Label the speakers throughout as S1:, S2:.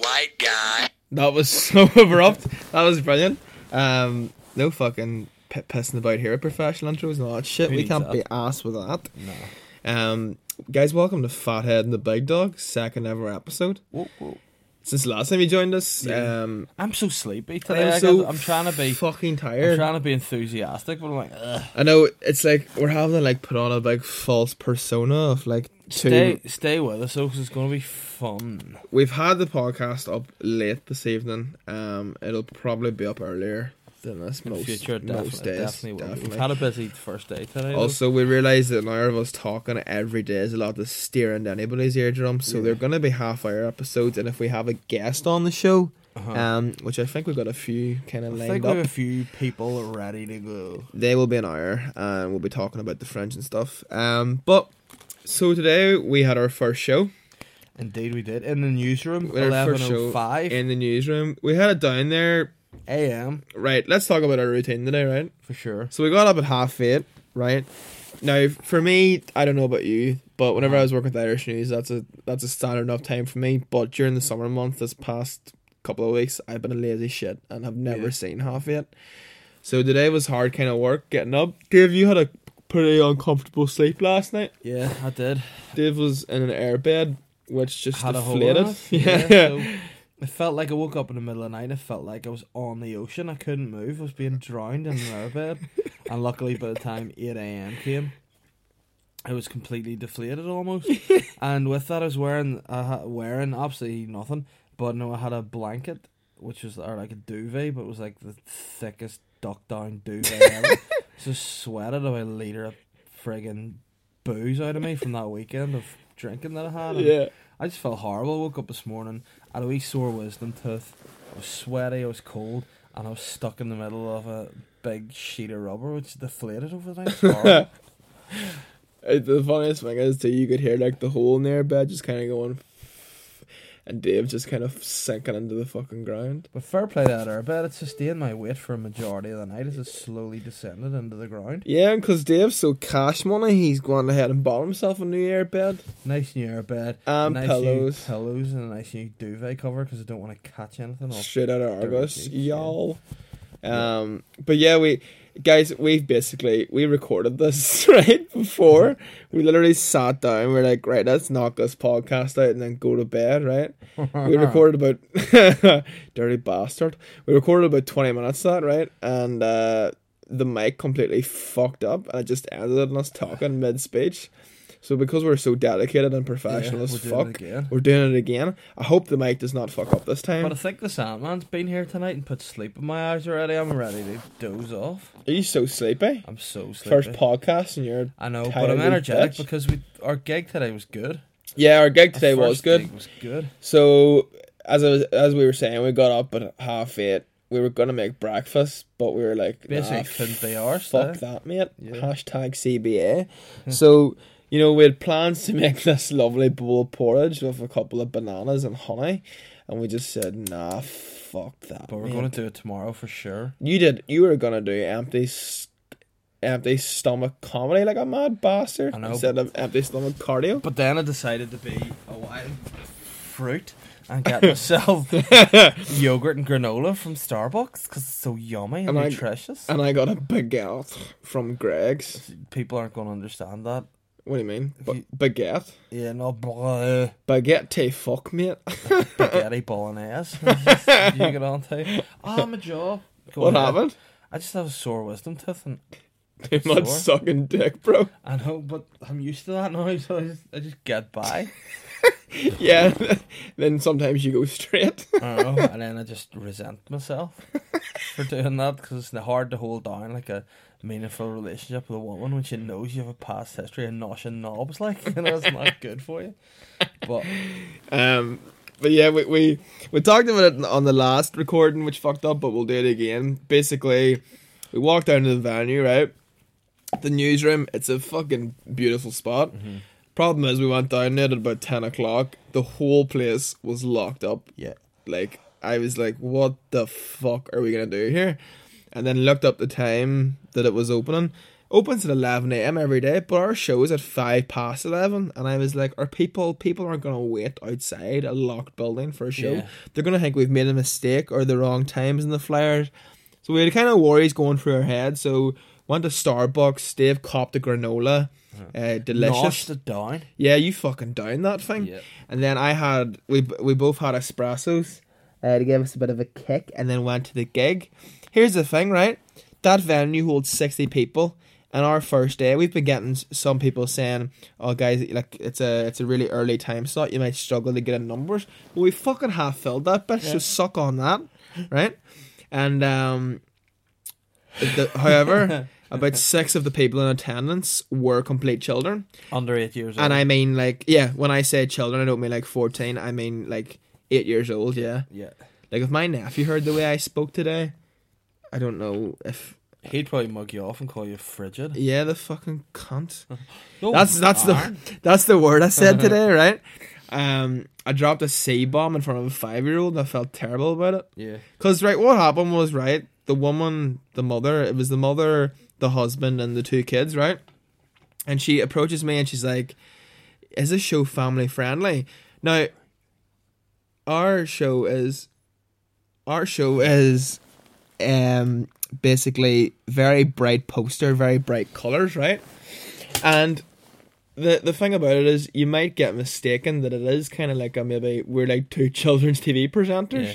S1: great guy.
S2: That was so abrupt. That was brilliant. Um, no fucking p- pissing about here at professional intros and all that shit.
S3: Who
S2: we
S3: needs
S2: can't
S3: that?
S2: be ass with that.
S3: No.
S2: Um, guys, welcome to Fathead and the Big Dog, second ever episode.
S3: Whoa, whoa.
S2: Since the last time you joined us, um,
S3: I'm so sleepy
S2: I
S3: today.
S2: am
S3: like,
S2: so
S3: I'm trying to be.
S2: fucking
S3: I'm
S2: tired.
S3: trying to be enthusiastic, but I'm like, ugh.
S2: I know it's like we're having to like put on a like false persona of like two.
S3: stay, stay with us, though, 'cause it's going to be fun.
S2: We've had the podcast up late this evening. Um, it'll probably be up earlier than this
S3: In the
S2: most,
S3: future, it
S2: most
S3: definitely, it
S2: days.
S3: definitely, will. be. We've had a busy first day today. though.
S2: Also, we realise that an hour of us talking every day is a lot to steer into anybody's eardrums, so they're going to be half hour episodes. And if we have a guest on the show,
S3: Uh-huh.
S2: um, which I think we've got a few kind of
S3: I
S2: lined
S3: think we have
S2: up,
S3: a few people ready to go.
S2: they will be an hour, and we'll be talking about the French and stuff. Um, but so today we had our first show
S3: Indeed, we did in the newsroom,
S2: With our
S3: eleven
S2: first show
S3: oh five
S2: in the newsroom. We had it down there.
S3: a.m.
S2: Right, let's talk about our routine today, right?
S3: for sure.
S2: So we got up at half eight, right? Now for me, I don't know about you, but
S3: Uh-huh.
S2: whenever I was working with Irish News, that's a that's a standard enough time for me. But during the summer month, this past couple of weeks, I've been a lazy shit and have never
S3: Yeah.
S2: seen half eight. So today was hard kind of work getting up. Dave, you had a pretty uncomfortable sleep last night.
S3: Yeah, I did.
S2: Dave was in an airbed, which just
S3: Had a hole in
S2: deflated.
S3: it.
S2: yeah.
S3: so it felt like I woke up in the middle of the night. It felt like I was on the ocean. I couldn't move. I was being drowned in an airbed. and luckily, by the time eight a.m. came, I was completely deflated almost. and with that, I was wearing I ha- wearing absolutely nothing. But no, I had a blanket, which was or like a duvet, but it was like the thickest duck down duvet ever. so sweated about a liter of friggin' booze out of me from that weekend of drinking that I had. And
S2: yeah.
S3: I just felt horrible. I woke up this morning, I had a wee sore wisdom tooth. I was sweaty, I was cold, and I was stuck in the middle of a big sheet of rubber which deflated over the night. It was horrible.
S2: Uh, the funniest thing is too, you could hear like the hole in their bed just kind of going, and Dave just kind of sinking into the fucking ground.
S3: but fair play to that airbed, it sustained my weight for a majority of the night as it slowly descended into the ground.
S2: Yeah, because Dave's so cash money, he's going ahead and bought himself a new airbed.
S3: Nice new airbed,
S2: And
S3: nice
S2: pillows.
S3: new pillows, and a nice new duvet cover because I don't want to catch anything off.
S2: straight out of Argos,
S3: Derby, yeah.
S2: y'all. Um, but yeah, we guys, we've basically we recorded this right before we literally sat down. We're like, right, let's knock this podcast out and then go to bed, right? we recorded about dirty bastard. We recorded about twenty minutes of that right, and uh, the mic completely fucked up, and it just ended in us talking mid speech. So because we're so dedicated and professional
S3: Yeah,
S2: as
S3: we're doing it
S2: fuck,
S3: again.
S2: we're doing it again. I hope the mic does not fuck up this time.
S3: But I think the Sandman's been here tonight and put sleep in my eyes already. I'm ready to doze off.
S2: Are you so sleepy?
S3: I'm so sleepy.
S2: First podcast, and you're
S3: I know,
S2: Tired
S3: but I'm
S2: as
S3: energetic
S2: bitch.
S3: because we our gig today was good.
S2: yeah. Our gig
S3: Our
S2: today was
S3: first
S2: good.
S3: gig was good.
S2: So as I was, as we were saying, we got up at half eight. We were gonna make breakfast, but we were like, nah,
S3: Basically, couldn't be ours.
S2: fuck
S3: eh?
S2: that, mate.
S3: Yeah.
S2: Hashtag CBA. so you know we had plans to make this lovely bowl of porridge with a couple of bananas and honey, and we just said, nah, fuck that.
S3: But we're
S2: mate."
S3: gonna do it tomorrow for sure.
S2: You did. You were gonna do empty, s empty stomach comedy like a mad bastard
S3: I know,
S2: instead of empty stomach cardio.
S3: But then I decided to be a wild fruit and get myself yogurt and granola from Starbucks because it's so yummy and,
S2: And I-
S3: nutritious.
S2: And I got a baguette from Greg's.
S3: People aren't gonna understand that.
S2: What do you mean? Ba- baguette?
S3: Yeah, no, blah,
S2: Baguette te fuck, mate.
S3: spaghetti bolognese. you get on to. Ah, my jaw. Go
S2: what
S3: ahead.
S2: happened?
S3: I just have a sore wisdom tooth and
S2: Too much
S3: Sore.
S2: sucking dick, bro.
S3: I know, but I'm used to that now, so I just, I just get by.
S2: Yeah. then sometimes you go straight.
S3: I don't know, Oh, and then I just resent myself for doing that because it's hard to hold down like a meaningful relationship with a woman when she knows you have a past history of noshing knobs. Like, you know, it's not good for you. But
S2: Um, but yeah, we, we we talked about it on the last recording, which fucked up, but we'll do it again. Basically, we walked down to the venue, right? The newsroom. It's a fucking beautiful spot.
S3: Mm-hmm.
S2: Problem is, we went down there at about ten o'clock. The whole place was locked up.
S3: yeah,
S2: Like I was like, "What the fuck are we gonna do here?" And then looked up the time that it was opening, opens at 11 a.m. every day, but our show is at 5 past 11. And I was like, are people, people aren't going to wait outside a locked building for a show.
S3: Yeah.
S2: They're going to think we've made a mistake or the wrong times in the flyers. So we had kind of worries going through our head. So went to Starbucks, Dave copped a granola. Uh, delicious.
S3: Noshed it down.
S2: Yeah, you fucking down that thing.
S3: Yeah.
S2: And then I had we b- we both had espressos uh, to give us a bit of a kick, and then went to the gig. Here's the thing, right? That venue holds sixty people, and our first day, we've been getting s- some people saying, "Oh, guys, like it's a it's a really early time slot. You might struggle to get in numbers." Well, we fucking half filled that bitch. So suck on that, right? And um, the, however, about six of the people in attendance were complete children.
S3: Under eight years old.
S2: And I mean, like, yeah, when I say children, I don't mean like 14. I mean like eight years old, yeah.
S3: yeah.
S2: Like, if my nephew heard the way I spoke today, I don't know if.
S3: He'd probably mug you off and call you frigid.
S2: Yeah, the fucking cunt.
S3: Oh,
S2: That's that's
S3: ah.
S2: the that's the word I said today, right? Um, I dropped a C bomb in front of a five year old and I felt terrible about it.
S3: Yeah.
S2: Cause right, what happened was right. The woman, the mother, it was the mother, the husband, and the two kids, right? And she approaches me and she's like, "Is this show family friendly?" Now, our show is, our show is, um, basically very bright poster, very bright colors, right? And the the thing about it is, you might get mistaken that it is kind of like a maybe we're like two children's TV presenters.
S3: Yeah.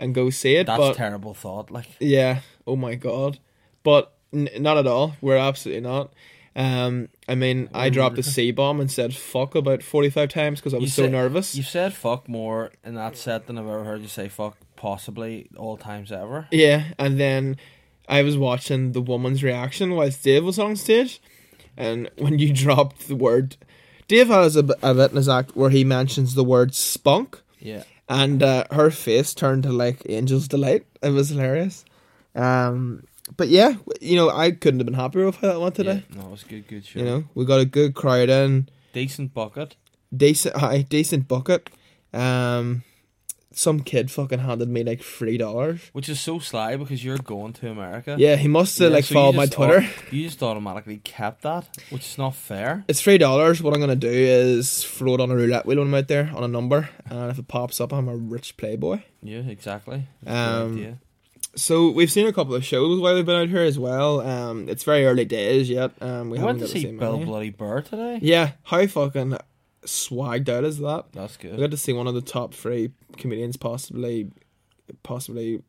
S2: And go see it,
S3: That's
S2: but
S3: terrible thought. Like,
S2: yeah. Oh my god. But n- not at all. We're absolutely not. Um, I mean, I dropped a C bomb and said "fuck" about forty-five times because I was so
S3: said-
S2: nervous.
S3: You've said fuck more in that set than I've ever heard you say fuck possibly all times ever.
S2: Yeah, and then I was watching the woman's reaction whilst Dave was on stage, and when you dropped the word, Dave has a, b- a bit in his act where he mentions the word "spunk,"
S3: Yeah.
S2: and uh, her face turned to like angel's delight. It was hilarious. Um, but yeah, you know, I couldn't have been happier with how that went today.
S3: Yeah, no, it was good, good show.
S2: You know, we got a good crowd in,
S3: Decent bucket.
S2: decent, high, decent bucket. Um, some kid fucking handed me like three dollars.
S3: Which is so sly because you're going to America.
S2: Yeah, he must have
S3: Yeah,
S2: like
S3: so you
S2: followed my
S3: just oh.
S2: Twitter.
S3: au- you just automatically kept that, which is not fair.
S2: It's three dollars. What I'm gonna do is float on a roulette wheel when I'm out there on a number, and if it pops up, I'm a rich playboy.
S3: Yeah, exactly. That's a good
S2: Um,
S3: idea.
S2: So we've seen a couple of shows while we've been out here as well. Um, it's very early days yet. Um, we
S3: I
S2: haven't
S3: went
S2: got
S3: to see
S2: many.
S3: Bill Bloody Burr today.
S2: Yeah, how fucking swagged out is that?
S3: That's
S2: We
S3: good.
S2: got to see one of the top three comedians possibly, possibly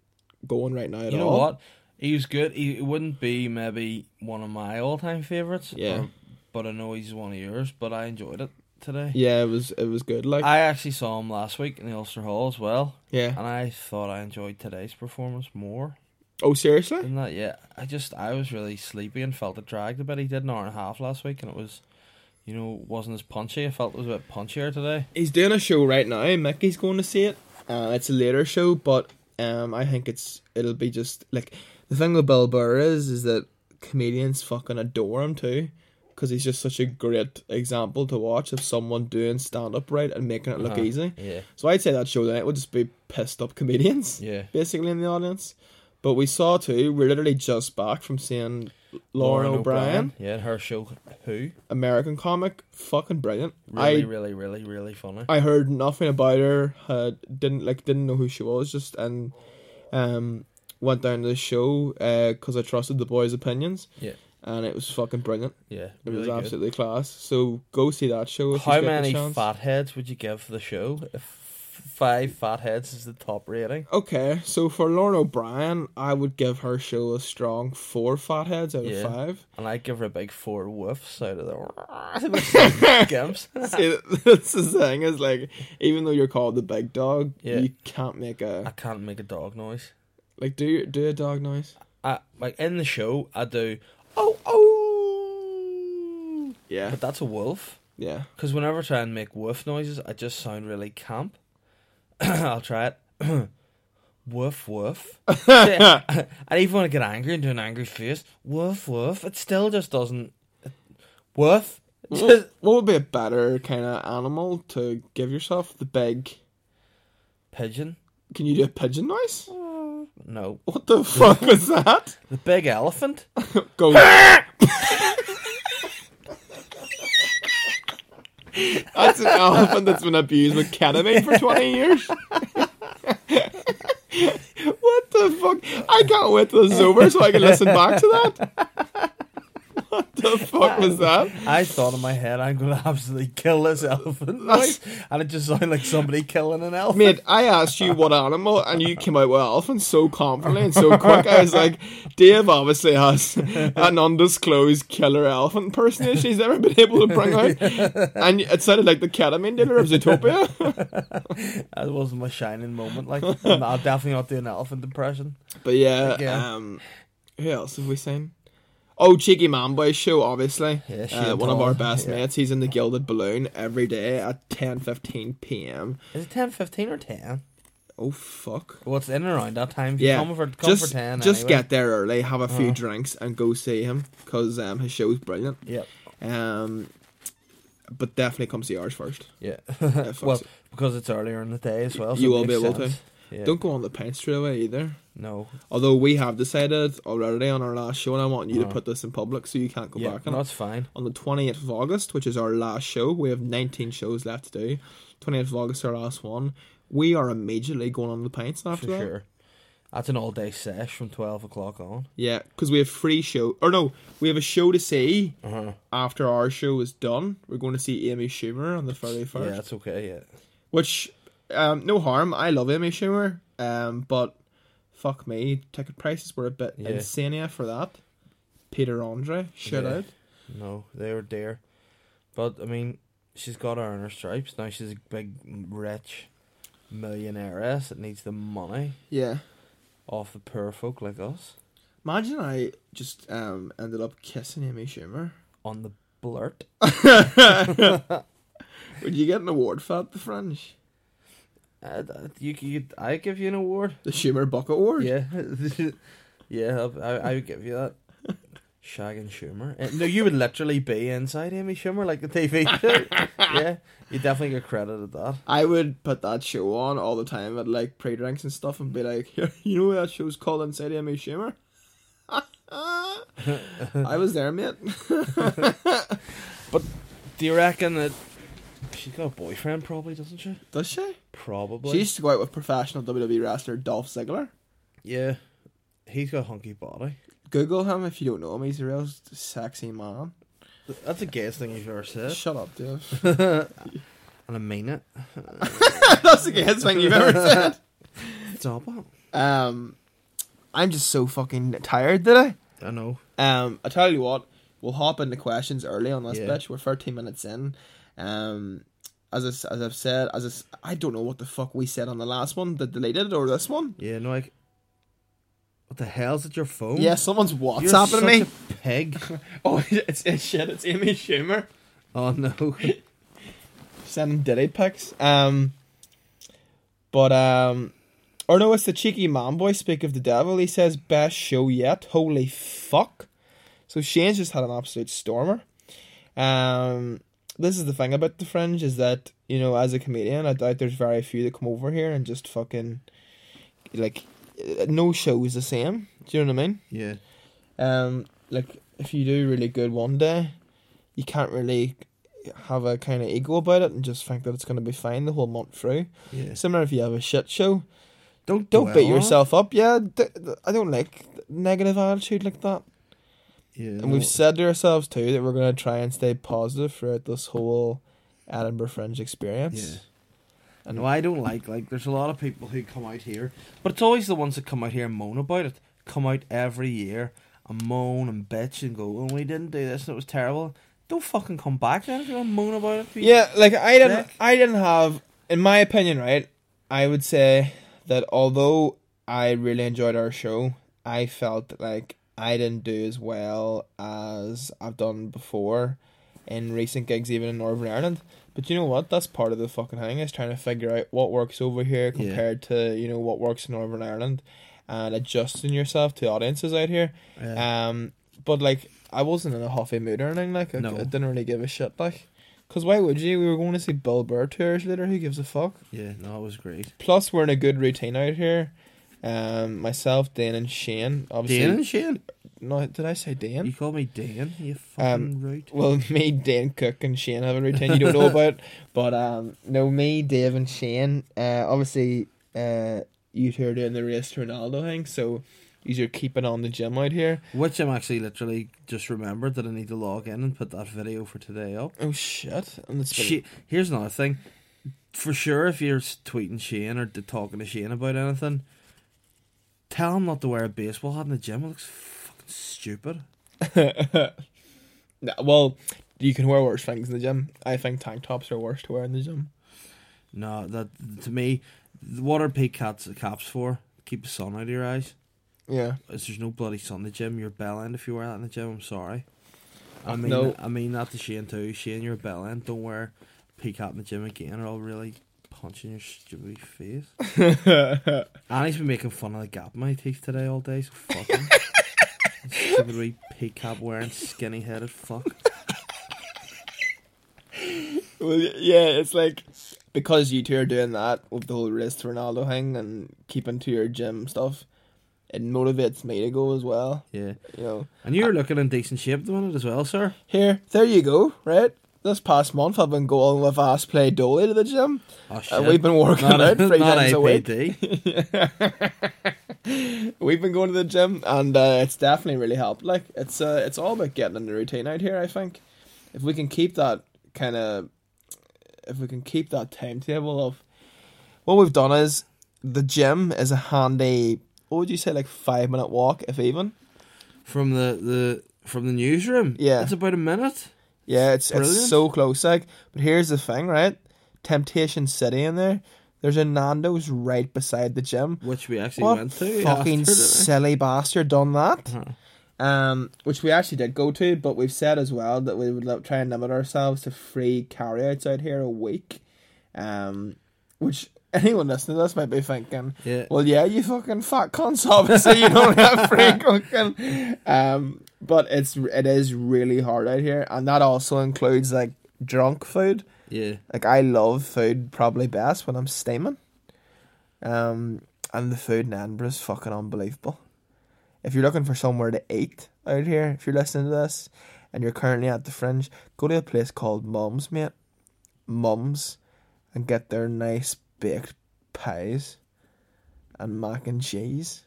S2: going right now at
S3: You know
S2: all.
S3: what? He was good. He it wouldn't be maybe one of my all time favourites.
S2: Yeah.
S3: or- but I know he's one of yours, but I enjoyed it today.
S2: Yeah, it was it was good. Like
S3: I actually saw him last week in the Ulster Hall as well,
S2: yeah.
S3: and I thought I enjoyed today's performance more
S2: Oh seriously?
S3: than that. Yeah, I just I was really sleepy and felt it dragged a bit. He did an hour and a half last week, and it was, you know, wasn't as punchy. I felt it was a bit punchier today.
S2: He's doing a show right now. Mickey's going to see it. Uh, it's a later show, but um, I think it's it'll be just like the thing with Bill Burr is is that comedians fucking adore him too. Because he's just such a great example to watch of someone doing stand up right and making it look
S3: Uh-huh.
S2: easy.
S3: Yeah,
S2: So I'd say that show tonight would just be pissed up comedians.
S3: yeah.
S2: basically in the audience. But we saw too. We're literally just back from seeing Lauren, O'Brien,
S3: Yeah, and her show Who
S2: American comic, fucking brilliant.
S3: really,
S2: I
S3: really, really, really funny.
S2: I heard nothing about her. Uh, didn't like didn't know who she was. Just and um went down to the show because I trusted the boys' opinions.
S3: Yeah.
S2: and it was fucking brilliant.
S3: yeah,
S2: It
S3: really
S2: was
S3: good.
S2: absolutely class. So go see that show. If
S3: How
S2: you get the
S3: many
S2: chance.
S3: fatheads would you give the show? If five fatheads is the top rating.
S2: Okay, so for Lauren O'Brien, I would give her show a strong four fatheads out
S3: Yeah.
S2: of five.
S3: And I give her a big four woofs out of the gimps.
S2: See, that's the thing is like, even though you're called the big dog,
S3: Yeah.
S2: you can't make
S3: I
S2: a
S3: can't make a dog noise.
S2: like do your- do a dog noise.
S3: I like in the show I do oh oh,
S2: Yeah,
S3: but that's a wolf.
S2: yeah.
S3: Because whenever I try and make woof noises, I just sound really camp. I'll try it. woof woof. I even want to get angry and do an angry face. Woof woof. It still just doesn't. Woof. Just,
S2: What, what would be a better kind of animal to give yourself the big?
S3: pigeon.
S2: Can you do a pigeon noise?
S3: No.
S2: What the fuck was that?
S3: The big elephant.
S2: Go. That's an elephant that's been abused with ketamine for 20 years. what the fuck? I can't wait till it's over so I can listen back to that. What the fuck was that?
S3: I thought in my head, I'm going to absolutely kill this elephant.
S2: That's-
S3: And it just sounded like somebody killing an elephant.
S2: Mate, I asked you what animal, and you came out with elephant so confidently and so quick. I was like, Dave obviously has an undisclosed killer elephant impersonation he's never been able to bring out. And it sounded like the ketamine dealer of Zootopia.
S3: That wasn't my shining moment. Like, I'm I'll definitely not do an elephant impression.
S2: But yeah,
S3: Yeah.
S2: um, who else have we seen? Oh, Cheeky Man Boy show, obviously.
S3: Yeah,
S2: uh,
S3: Shane
S2: one of our
S3: Dawson,
S2: best
S3: yeah.
S2: mates. He's in the Gilded Balloon every day at ten fifteen p.m.
S3: Is it 10, 15, or 10?
S2: Oh, fuck.
S3: What's in and around that time? If
S2: Yeah,
S3: You come for, come
S2: just
S3: for 10.
S2: just
S3: anyway.
S2: get there early, have a few
S3: Uh-huh.
S2: drinks, and go see him because um, his show's brilliant.
S3: Yep.
S2: Um, but definitely come see ours first.
S3: Yeah.
S2: Yeah, fuck
S3: well,
S2: it.
S3: because it's earlier in the day as well. So
S2: You
S3: it
S2: will be
S3: makes
S2: able to.
S3: sense. Yeah.
S2: Don't go on the pint straight away either.
S3: No.
S2: Although we have decided already on our last show, and I want you to
S3: Uh-huh.
S2: put this in public so you can't go
S3: yeah,
S2: back on it.
S3: no, it's fine.
S2: on the 28th of August, which is our last show. We have 19 shows left to do. 28th of August, our last one. We are immediately going on the pints after
S3: For
S2: that.
S3: sure. That's an all day sesh from 12 o'clock on.
S2: Yeah, because we have free show. Or no, we have a show to see
S3: Uh-huh.
S2: after our show is done. We're going to see Amy Schumer on the 31st.
S3: Yeah, that's okay, yeah.
S2: Which, um, no harm. I love Amy Schumer. Um, but fuck me, ticket prices were a bit
S3: Yeah.
S2: insane yeah, for that. Peter Andre, shout
S3: Yeah.
S2: out.
S3: No, they were dear. But, I mean, she's got her earn her stripes. Now she's a big, rich millionairess that needs the money
S2: Yeah.
S3: off the poor folk like us
S2: Imagine I just um ended up kissing Amy Schumer.
S3: on the blurt.
S2: Would you get an award for that, the French?
S3: Uh, you, you, I give you an award.
S2: The Schumer Buck Award?
S3: Yeah, yeah, I, I would give you that. Shag and Schumer. Uh, No, you would literally be inside Amy Schumer like the TV show. yeah, you definitely get credit at that.
S2: I would put that show on all the time at like pre drinks and stuff and be like, "Here, you know that show's called Inside Amy Schumer? I was there, mate.
S3: Do you reckon that she's got a boyfriend? Probably doesn't she?
S2: Does she?
S3: Probably.
S2: She used to go out with professional WWE wrestler Dolph Ziggler.
S3: yeah, he's got a hunky body.
S2: Google him if you don't know him. He's a real s- sexy man.
S3: That's the gayest thing you've ever said,
S2: Shut up, dude.
S3: and I mean it.
S2: That's the gayest thing you've ever said.
S3: Stop it.
S2: Um, I'm just so fucking tired today.
S3: I know.
S2: Um, I tell you what, we'll hop into questions early on this
S3: Yeah.
S2: bitch. We're 13 minutes in. Um, as I, s- as I've said, as I, s- I don't know what the fuck we said on the last one, the deleted or this one.
S3: Yeah, no, like, what the hell's at your phone?
S2: Yeah, someone's
S3: You're
S2: WhatsApping
S3: such
S2: me.
S3: a pig.
S2: Oh, it's, it's shit. It's Amy Schumer
S3: Oh no.
S2: sending dilly pics. Um, but um, or no, it's the cheeky man boy. Speak of the devil. He says best show yet. Holy fuck! So Shane's just had an absolute stormer. Um, this is the thing about the fringe is that you know, as a comedian, I doubt there's very few that come over here and just fucking like uh, no show is the same. Do you know what I mean?
S3: Yeah.
S2: Um, like if you do really good one day, you can't really have a kind of ego about it and just think that it's going to be fine the whole month through.
S3: Yeah.
S2: Similar if you have a shit show,
S3: Don't
S2: don't
S3: dwell
S2: beat
S3: on it.
S2: yourself up. Yeah, d- d- I don't like negative attitude like that.
S3: Yeah.
S2: And we've said to ourselves too that we're going to try and stay positive throughout this whole Edinburgh Fringe experience.
S3: Yeah. And no, I don't like like there's a lot of people who come out here, but it's always the ones that come out here and moan about it. Come out every year and moan and bitch and go, "Oh, we didn't do this and it was terrible." Don't fucking come back then if you want to moan about it. you-
S2: Yeah, like I didn't
S3: Dick.
S2: I didn't have in my opinion, right? I would say that although I really enjoyed our show, I felt like I didn't do as well as I've done before in recent gigs even in Northern Ireland. But you know what? That's part of the fucking thing is trying to figure out what works over here
S3: Yeah.
S2: compared to, you know, what works in Northern Ireland and adjusting yourself to audiences out here.
S3: Yeah.
S2: Um, but like, I wasn't in a huffy mood or anything. Like, I,
S3: No.
S2: I didn't really give a shit. Like, cause why would you? We were going to see Bill Burr two hours later. Who gives a fuck?
S3: yeah. No, it was great.
S2: Plus, we're in a good routine out here. Um, myself, Dan, and Shane. Obviously,
S3: Dan and Shane.
S2: No, did I say Dan?
S3: You call me Dan, you fucking root.
S2: Well, me, Dan Cook, and Shane have a routine you don't know about. But um, no, me, Dave, and Shane. Uh, obviously, uh, you two are doing the race to Ronaldo thing, so you're keeping on the gym out here.
S3: Which I'm actually literally just remembered that I need to log in and put that video for today up.
S2: Oh shit! And it's been-
S3: She, here's another thing. For sure, if you're s- tweeting Shane or d- talking to Shane about anything, tell him not to wear a baseball hat in the gym. It looks fucking stupid.
S2: Nah, well, you can wear worse things in the gym. I think tank tops are worse to wear in the gym.
S3: No, that to me, what are pig cats caps for? Keep the sun out of your eyes.
S2: Yeah.
S3: Is there's no bloody sun in the gym. You're a bell end if you wear that in the gym. I'm sorry. I mean,
S2: no.
S3: I mean that to Shane too. Shane, you're a bell end. Don't wear a pig hat in the gym again, or I'll really punch you in your stupid face. And he's been making fun of the gap in my teeth today all day, so fuck him. Stupid wee pea cap wearing skinny headed fuck.
S2: Well, y- yeah, it's like because you two are doing that with the whole wrist Ronaldo thing and keeping to your gym stuff, it motivates me to go as well.
S3: Yeah.
S2: You know,
S3: And you're looking in decent shape at the minute as well, sir.
S2: here, there you go, right? This past month, I've been going with ass play dolly to the gym.
S3: Oh shit.
S2: Uh, we've been working
S3: not,
S2: out three
S3: not
S2: times a week.
S3: APD.
S2: We've been going to the gym, and uh, it's definitely really helped. Like it's uh, it's all about getting in the routine out here. I think if we can keep that kind of, if we can keep that timetable of, what we've done is the gym is a handy. What would you say, like five minute walk, if even?
S3: From the, the from the newsroom.
S2: Yeah.
S3: It's about a minute.
S2: Yeah, it's
S3: Brilliant.
S2: it's so close. Like, but here's the thing, right? Temptation City in there. There's a Nando's right beside the gym.
S3: Which we actually
S2: What
S3: went to.
S2: fucking
S3: after, didn't we?
S2: silly bastard done that?
S3: Uh-huh.
S2: um, which we actually did go to, but we've said as well that we would li- try and limit ourselves to free carryouts out here a week, um, which anyone listening to this might be thinking,
S3: Yeah.
S2: well, yeah, you fucking fat cunts, obviously you don't have free cooking, um, but it's it is really hard out here, and that also includes like drunk food.
S3: Yeah.
S2: Like I love food probably best when I'm steaming. Um, and the food in Edinburgh is fucking unbelievable. If you're looking for somewhere to eat out here, if you're listening to this and you're currently at the fringe, go to a place called Mum's, mate. Mum's, and get their nice baked pies and mac and cheese.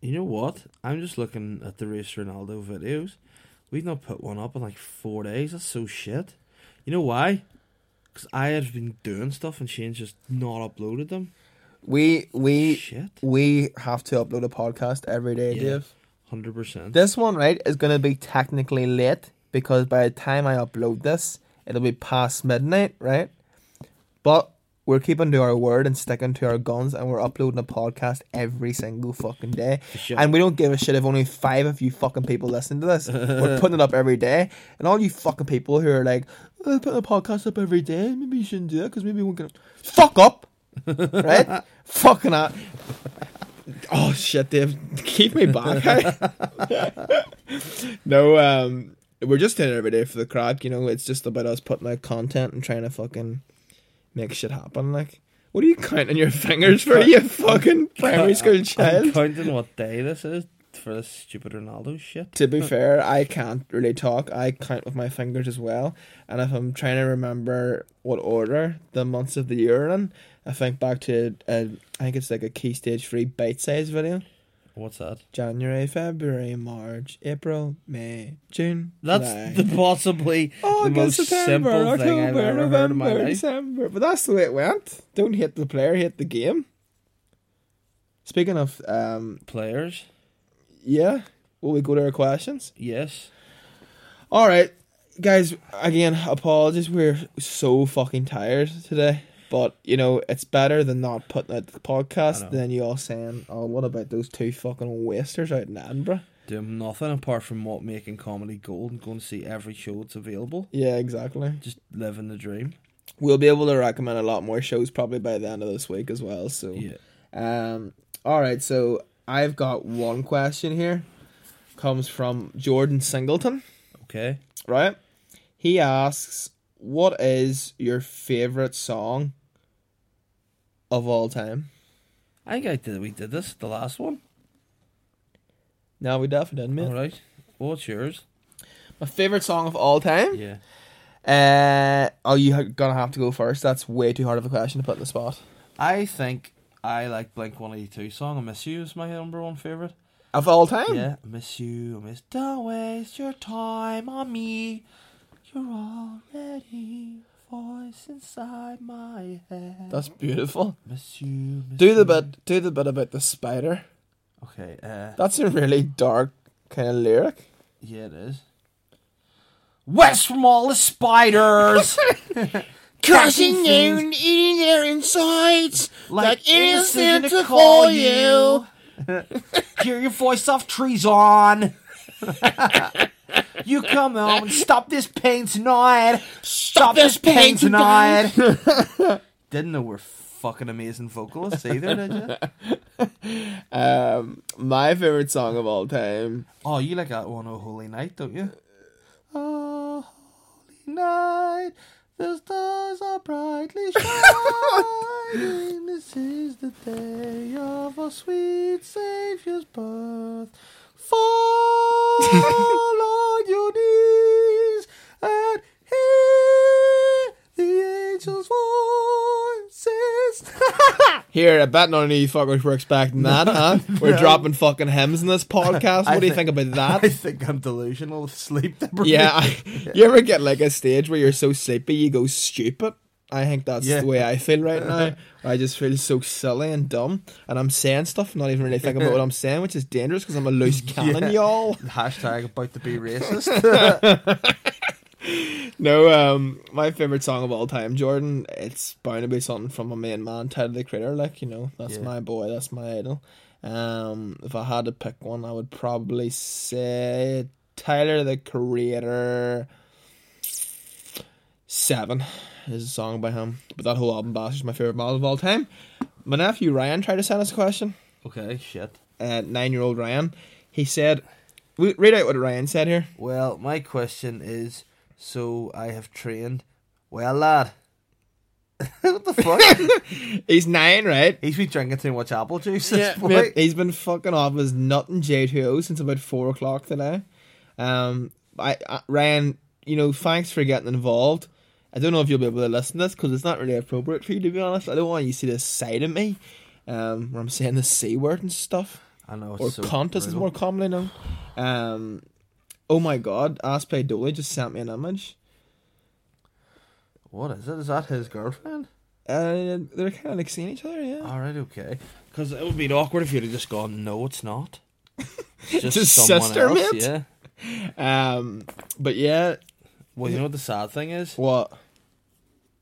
S3: You know what? I'm just looking at the race Ronaldo videos. We've not put one up in like four days. That's so shit. You know why? Because I have been doing stuff and Shane's just not uploaded them.
S2: We we
S3: Shit.
S2: we have to upload a podcast every day,
S3: Yeah.
S2: Dave.
S3: 100%.
S2: This one, right, is going to be technically late because by the time I upload this, it'll be past midnight, right? But we're keeping to our word and sticking to our guns, and we're uploading a podcast every single fucking day.
S3: sure.
S2: And we don't give a shit if only five of you fucking people listen to this. we're putting it up every day. And all you fucking people who are like, oh, putting a podcast up every day, maybe you shouldn't do that because maybe we won't get. Fuck up! right? Fucking up. Oh shit, Dave, keep me back. no, um, we're just doing it every day for the crack. You know, it's just about us putting out content and trying to fucking make shit happen. Like, what are you counting your fingers for? You fucking primary school
S3: I'm
S2: child.
S3: counting what day this is for this stupid Ronaldo shit.
S2: To be fair, I can't really talk. I count with my fingers as well. And if I'm trying to remember what order the months of the year are in, I think back to uh, I think it's like a key stage three bite size video.
S3: What's that?
S2: January, February, March, April, May, June.
S3: That's
S2: July.
S3: the possibly
S2: Oh,
S3: the most simple thing I've ever heard in my life.
S2: December. But that's the way it went. Don't hit the player, hit the game. Speaking of, um,
S3: Players?
S2: yeah, will we go to our questions?
S3: Yes.
S2: All right, guys. Again, apologies. We're so fucking tired today. But you know, it's better than not putting out the
S3: I know.
S2: podcast than you all saying, "Oh, what about those two fucking wasters out in Edinburgh?"
S3: Doing nothing apart from what making comedy gold and going to see every show that's available.
S2: Yeah, exactly.
S3: Just living the dream.
S2: We'll be able to recommend a lot more shows probably by the end of this week as well. So
S3: Yeah.
S2: Um. All right. So I've got one question here. Comes from Jordan Singleton.
S3: Okay.
S2: Right. He asks, "What is your favorite song of all time?"
S3: I think I did. We did this the last one.
S2: No, we definitely didn't, mate.
S3: All right. What's yours?
S2: My favorite song of all time.
S3: Yeah.
S2: Uh, oh, you ha- gonna have to go first. That's way too hard of a question to put in the spot.
S3: I think I like Blink 182 song. I Miss You is my number one favorite.
S2: Of all time.
S3: Yeah. I miss you. I miss. Don't waste your time on me. You're already a voice inside my head.
S2: That's beautiful.
S3: miss you. Miss
S2: Do the
S3: you.
S2: bit. Do the bit about the spider.
S3: Okay. Uh.
S2: That's a really dark kind of lyric.
S3: Yeah, it is. West from all the spiders,
S2: Crushing you and eating their insides
S3: Hear your voice off trees on. you come home and stop this pain tonight. Stop
S2: this pain
S3: Didn't know we're fucking amazing vocalists either, did you?
S2: Um, my favorite song of all time.
S3: Oh, you like that one, Oh Holy Night, don't you? Oh, Holy Night, the stars are brightly shining. this is the day of our sweet Saviour's birth. Fall on your knees and hear the angels' voices.
S2: Here, I bet none of you fuckers were expecting that, huh? We're dropping fucking hymns in this podcast.
S3: I
S2: What do you think
S3: think-
S2: about
S3: I
S2: that?
S3: think I'm delusional with sleep deprivation.
S2: yeah, I, you ever get like a stage where you're so sleepy you go stupid? I think that's
S3: Yeah.
S2: the way I feel right now. I just feel so silly and dumb, and I'm saying stuff, not even really thinking about what I'm saying, which is dangerous because I'm a loose cannon,
S3: Yeah.
S2: y'all.
S3: Hashtag about to be racist.
S2: No, um, my favorite song of all time, Jordan. It's bound to be something from my main man, Tyler the Creator. Like you know, that's
S3: Yeah.
S2: my boy, that's my idol. Um, if I had to pick one, I would probably say Tyler the Creator. Seven is a song by him, but that whole album, Bastard's, my favorite album of all time. My nephew Ryan tried to send us a question
S3: Okay, shit.
S2: uh, nine year old Ryan. He said, we- read out what Ryan said here.
S3: Well, my question is so I have trained. Well, lad. what the fuck?
S2: He's nine, right?
S3: He's been drinking too much apple juice. Yeah,
S2: Mate, he's been fucking off his nut and J2O since about four o'clock today. Um, I, I Ryan, you know, thanks for getting involved. I don't know if you'll be able to listen to this because it's not really appropriate for you to be honest. I don't want you to see this side of me, um, where I'm saying the c word and stuff,
S3: I know. It's
S2: or
S3: so
S2: contest is
S3: brutal.
S2: more commonly known. Um, oh my God, Aspay Dolly just sent me an image.
S3: What is it? Is that his girlfriend?
S2: Uh, they're kind of like seeing each other, yeah.
S3: All right, okay. Because it would be awkward if you'd have just gone, no, it's not. It's just
S2: Just
S3: someone
S2: sister,
S3: else,
S2: mate?
S3: Yeah.
S2: Um, but yeah,
S3: Well, you know what the sad thing is?
S2: what?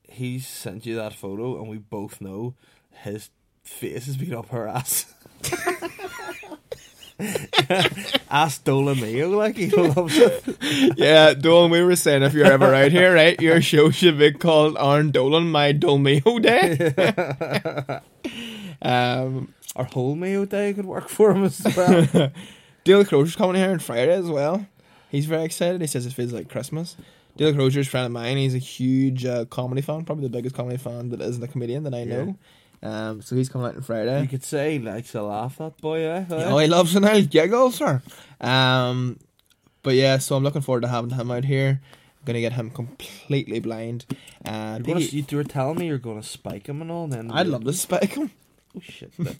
S3: He sent you that photo, and we both know his face has been up her ass. ass Dolomio, like he loves it.
S2: Yeah, Dolan, we were saying if you're ever out here, right, your show should be called Arn Dolan My Dolmeo Day. um,
S3: Our whole Mayo Day could work for him as well.
S2: Dale Crozier's coming here on Friday as well. He's very excited. He says it feels like Christmas. Dale Crozier's a friend of mine. He's a huge uh, comedy fan, probably the biggest comedy fan that isn't a comedian that I know. Um, so he's coming out on Friday.
S3: you could say he likes to laugh, that boy, eh?
S2: Oh, he loves an old giggle, sir. Um, but yeah, so I'm looking forward to having him out here. I'm gonna get him completely blind. Uh, I
S3: You're
S2: think
S3: gonna,
S2: he-
S3: you you were telling me you're going to spike him and all, and then
S2: I'd love to spike him.
S3: Oh shit! but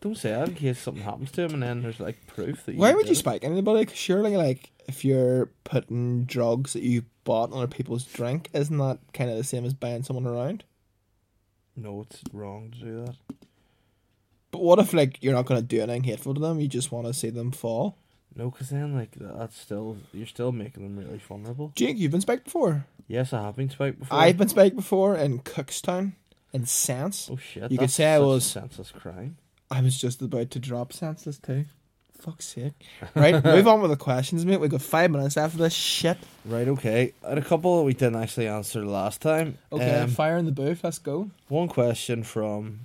S3: don't say that in case something happens to him, and then there's like proof that. You
S2: Why would
S3: did
S2: you
S3: it.
S2: spike anybody? 'Cause Surely, like if you're putting drugs that you bought on other people's drink, isn't that kind of the same as buying someone around?
S3: No, it's wrong to do that.
S2: But what if like you're not gonna do anything hateful to them? You just want to see them fall.
S3: No, because then like th- that's still you're still making them really vulnerable.
S2: Jake, you've been spiked before.
S3: Yes, I have been spiked before.
S2: I've been spiked before in Cookstown, in Sense.
S3: Oh shit!
S2: You could
S3: that's
S2: say I
S3: such a
S2: was-
S3: senseless crime.
S2: I was just about to drop senseless too. Fuck's sake. Right, move on with the questions, mate. We've got five minutes after this shit.
S3: Right. Okay. I had a couple that we didn't actually answer last time.
S2: Okay,
S3: Um,
S2: fire in the booth, let's go.
S3: one question from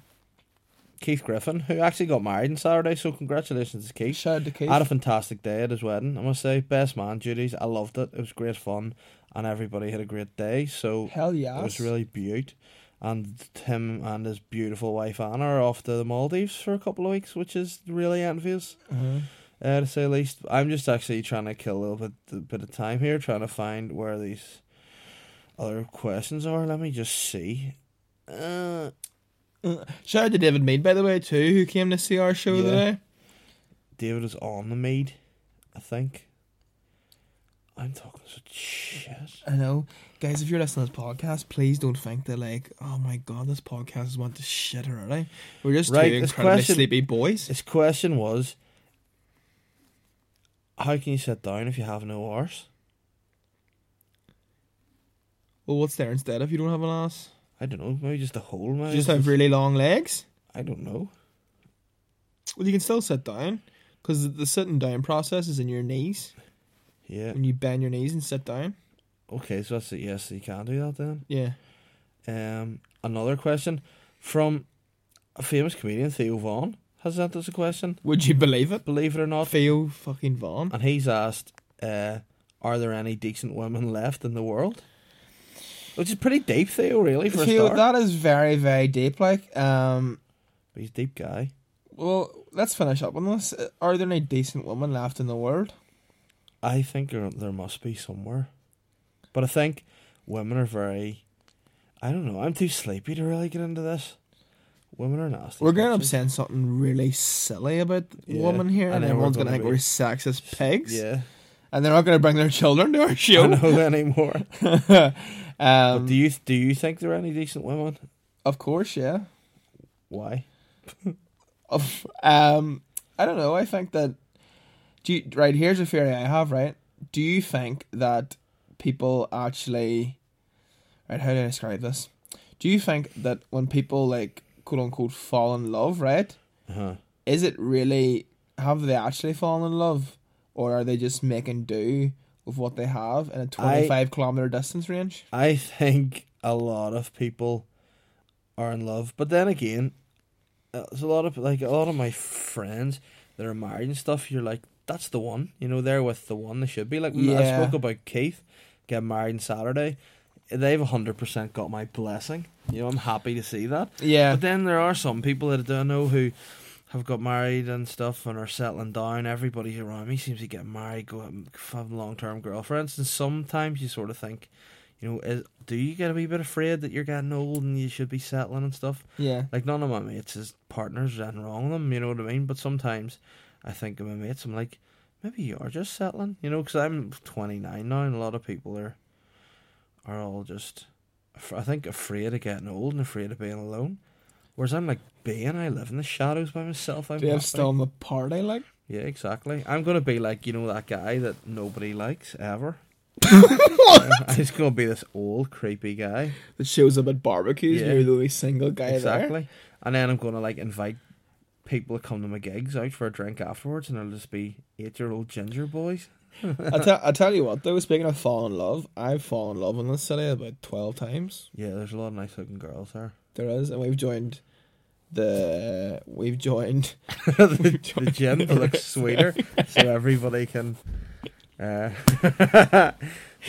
S3: Keith Griffin, who actually got married on Saturday. So congratulations to Keith.
S2: Shout out to Keith.
S3: I had a fantastic day at his wedding. I must say, best man duties. I loved it. It was great fun, and everybody had a great day. So
S2: Hell yeah.
S3: it was really beaut. And him and his beautiful wife Anna are off to the Maldives for a couple of weeks, which is really envious.
S2: Mhm.
S3: uh, to say the least. I'm just actually trying to kill a little bit a bit of time here, trying to find where these other questions are. Let me just see. Uh,
S2: Shout out to David Mead, by the way, too, who came to see our show
S3: Yeah.
S2: today.
S3: David is on the mead, I think. I'm talking such shit.
S2: I know. Guys, if you're listening to this podcast, please don't think that, like, oh my god, this podcast is went to shit already. We're just
S3: Right,
S2: two
S3: this
S2: incredibly
S3: question-
S2: sleepy boys.
S3: His question was, how can you sit down if you have no arse?
S2: Well, what's there instead if you don't have an ass?
S3: I don't know, maybe just a hole,
S2: Do
S3: man.
S2: you just have really long legs?
S3: I don't know.
S2: Well, you can still sit down because the sitting down process is in your knees.
S3: Yeah.
S2: When you bend your knees and sit down.
S3: Okay, so that's it. Yes, you can do that then.
S2: Yeah.
S3: Um, another question from a famous comedian, Theo Vaughn, has sent us a question.
S2: Would you believe it?
S3: Believe it or not,
S2: Theo fucking Vaughn.
S3: and he's asked, uh, "Are there any decent women left in the world?" Which is pretty deep, Theo. Really, for a
S2: Theo,
S3: start.
S2: that is very, very deep. Like, um,
S3: But he's a deep guy.
S2: well, let's finish up on this. Uh, Are there any decent women left in the world?
S3: I think there, there must be somewhere, but I think women are very. I don't know. I'm too sleepy to really get into this. Women are nasty.
S2: We're going to
S3: bitches.
S2: saying something really silly about
S3: Yeah.
S2: women here, and,
S3: And then we're
S2: everyone's going to think
S3: gonna be-
S2: we're sexist pigs,
S3: Yeah,
S2: and they're not going to bring their children to our
S3: I
S2: show.
S3: don't know anymore. But
S2: um,
S3: do you do you think there are any decent women?
S2: of course, yeah.
S3: Why?
S2: Of, um, I don't know. I think that. Do you, right here's a theory I have. Right, do you think that people actually, right? How do I describe this? Do you think that when people like quote unquote fall in love, right?
S3: Uh-huh.
S2: Is it really have they actually fallen in love, or are they just making do with what they have in a twenty five kilometer distance range?
S3: I think a lot of people are in love, but then again, uh, there's a lot of like a lot of my friends that are married and stuff. You're like, that's the one, you know, they're with the one they should be. Like I
S2: Yeah.
S3: spoke about Keith getting married on Saturday. They've hundred percent got my blessing. You know, I'm happy to see that.
S2: Yeah,
S3: But then there are some people that I don't know who have got married and stuff and are settling down. Everybody around me seems to get married, go out and have long term girlfriends, and sometimes you sort of think, you know, is, do you get a wee bit afraid that you're getting old and you should be settling and stuff?
S2: yeah,
S3: Like none of my mates is partners, there's nothing wrong with them, you know what I mean? But sometimes I think of my mates, I'm like, maybe you are just settling, you know, because I'm 29 now, and a lot of people are are all just, af- I think, afraid of getting old and afraid of being alone. Whereas I'm like, being, I live in the shadows by myself. I'm
S2: they have
S3: happy."
S2: still in the party like.
S3: Yeah, exactly. I'm gonna be like, you know, that guy that nobody likes ever. I'm just gonna be this old creepy guy.
S2: that shows up at barbecues and
S3: Yeah.
S2: you're the only single guy
S3: exactly. And then I'm gonna like invite people to come to my gigs out for a drink afterwards, and it'll just be eight year old ginger boys.
S2: there. I tell I tell you what though, speaking of falling in love, I've fallen in love in this city about twelve times.
S3: Yeah, there's a lot of nice looking girls there.
S2: There is, and we've joined the we've joined
S3: the, the gym to look sweeter, so everybody can. Uh, so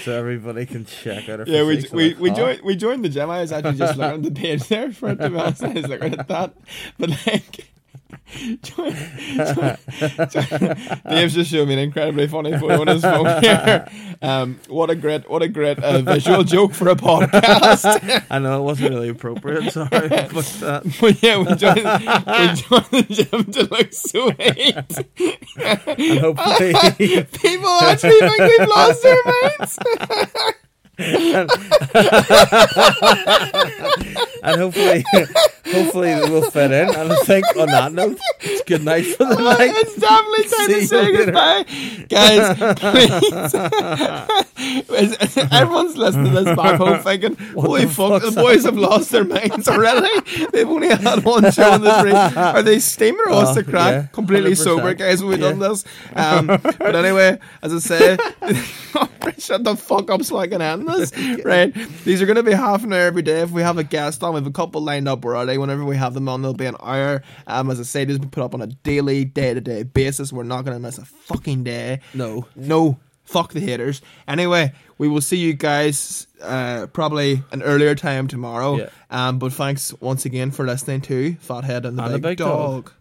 S3: everybody can check out her.
S2: yeah we
S3: physique, so
S2: we, we
S3: that's hot.
S2: joined we joined the gym. I was actually just looking at the page there for it to be honest. I was looking at that, but like. join, join, join. Dave's just showed me an incredibly funny photo on his phone here. Um, what a great, what a great uh, visual joke for a podcast.
S3: I know it wasn't really appropriate. Sorry, but that.
S2: Well, yeah, we joined, we joined the gym to look sweet.
S3: And hopefully,
S2: People actually think we've lost our minds.
S3: and hopefully, hopefully it will fit in. And I think on that note, it's good night for the night.
S2: it's definitely time
S3: See
S2: to
S3: you
S2: say
S3: later.
S2: goodbye. Guys, please. Everyone's listening to this back home thinking, holy
S3: the
S2: fuck, the
S3: fuck's
S2: boys have lost their minds already. They've only had one show on the three. Are they steaming or what's
S3: Oh,
S2: the crack?
S3: yeah,
S2: Completely sober,
S3: 100%.
S2: guys, when we've done
S3: Yeah.
S2: this. Um, but anyway, as I say, shut the fuck up so I can end this. Right. These are going to be half an hour every day. If we have a guest on, we have a couple lined up already. Whenever we have them on, they'll be an hour. Um, as I say, these will be put up on a daily, day to day basis. We're not going to miss a fucking day.
S3: No.
S2: No. Fuck the haters. Anyway, we will see you guys uh, probably an earlier time tomorrow.
S3: Yeah.
S2: Um, but thanks once again for listening to Fathead and the
S3: And the
S2: Big,
S3: Big Dog.
S2: dog.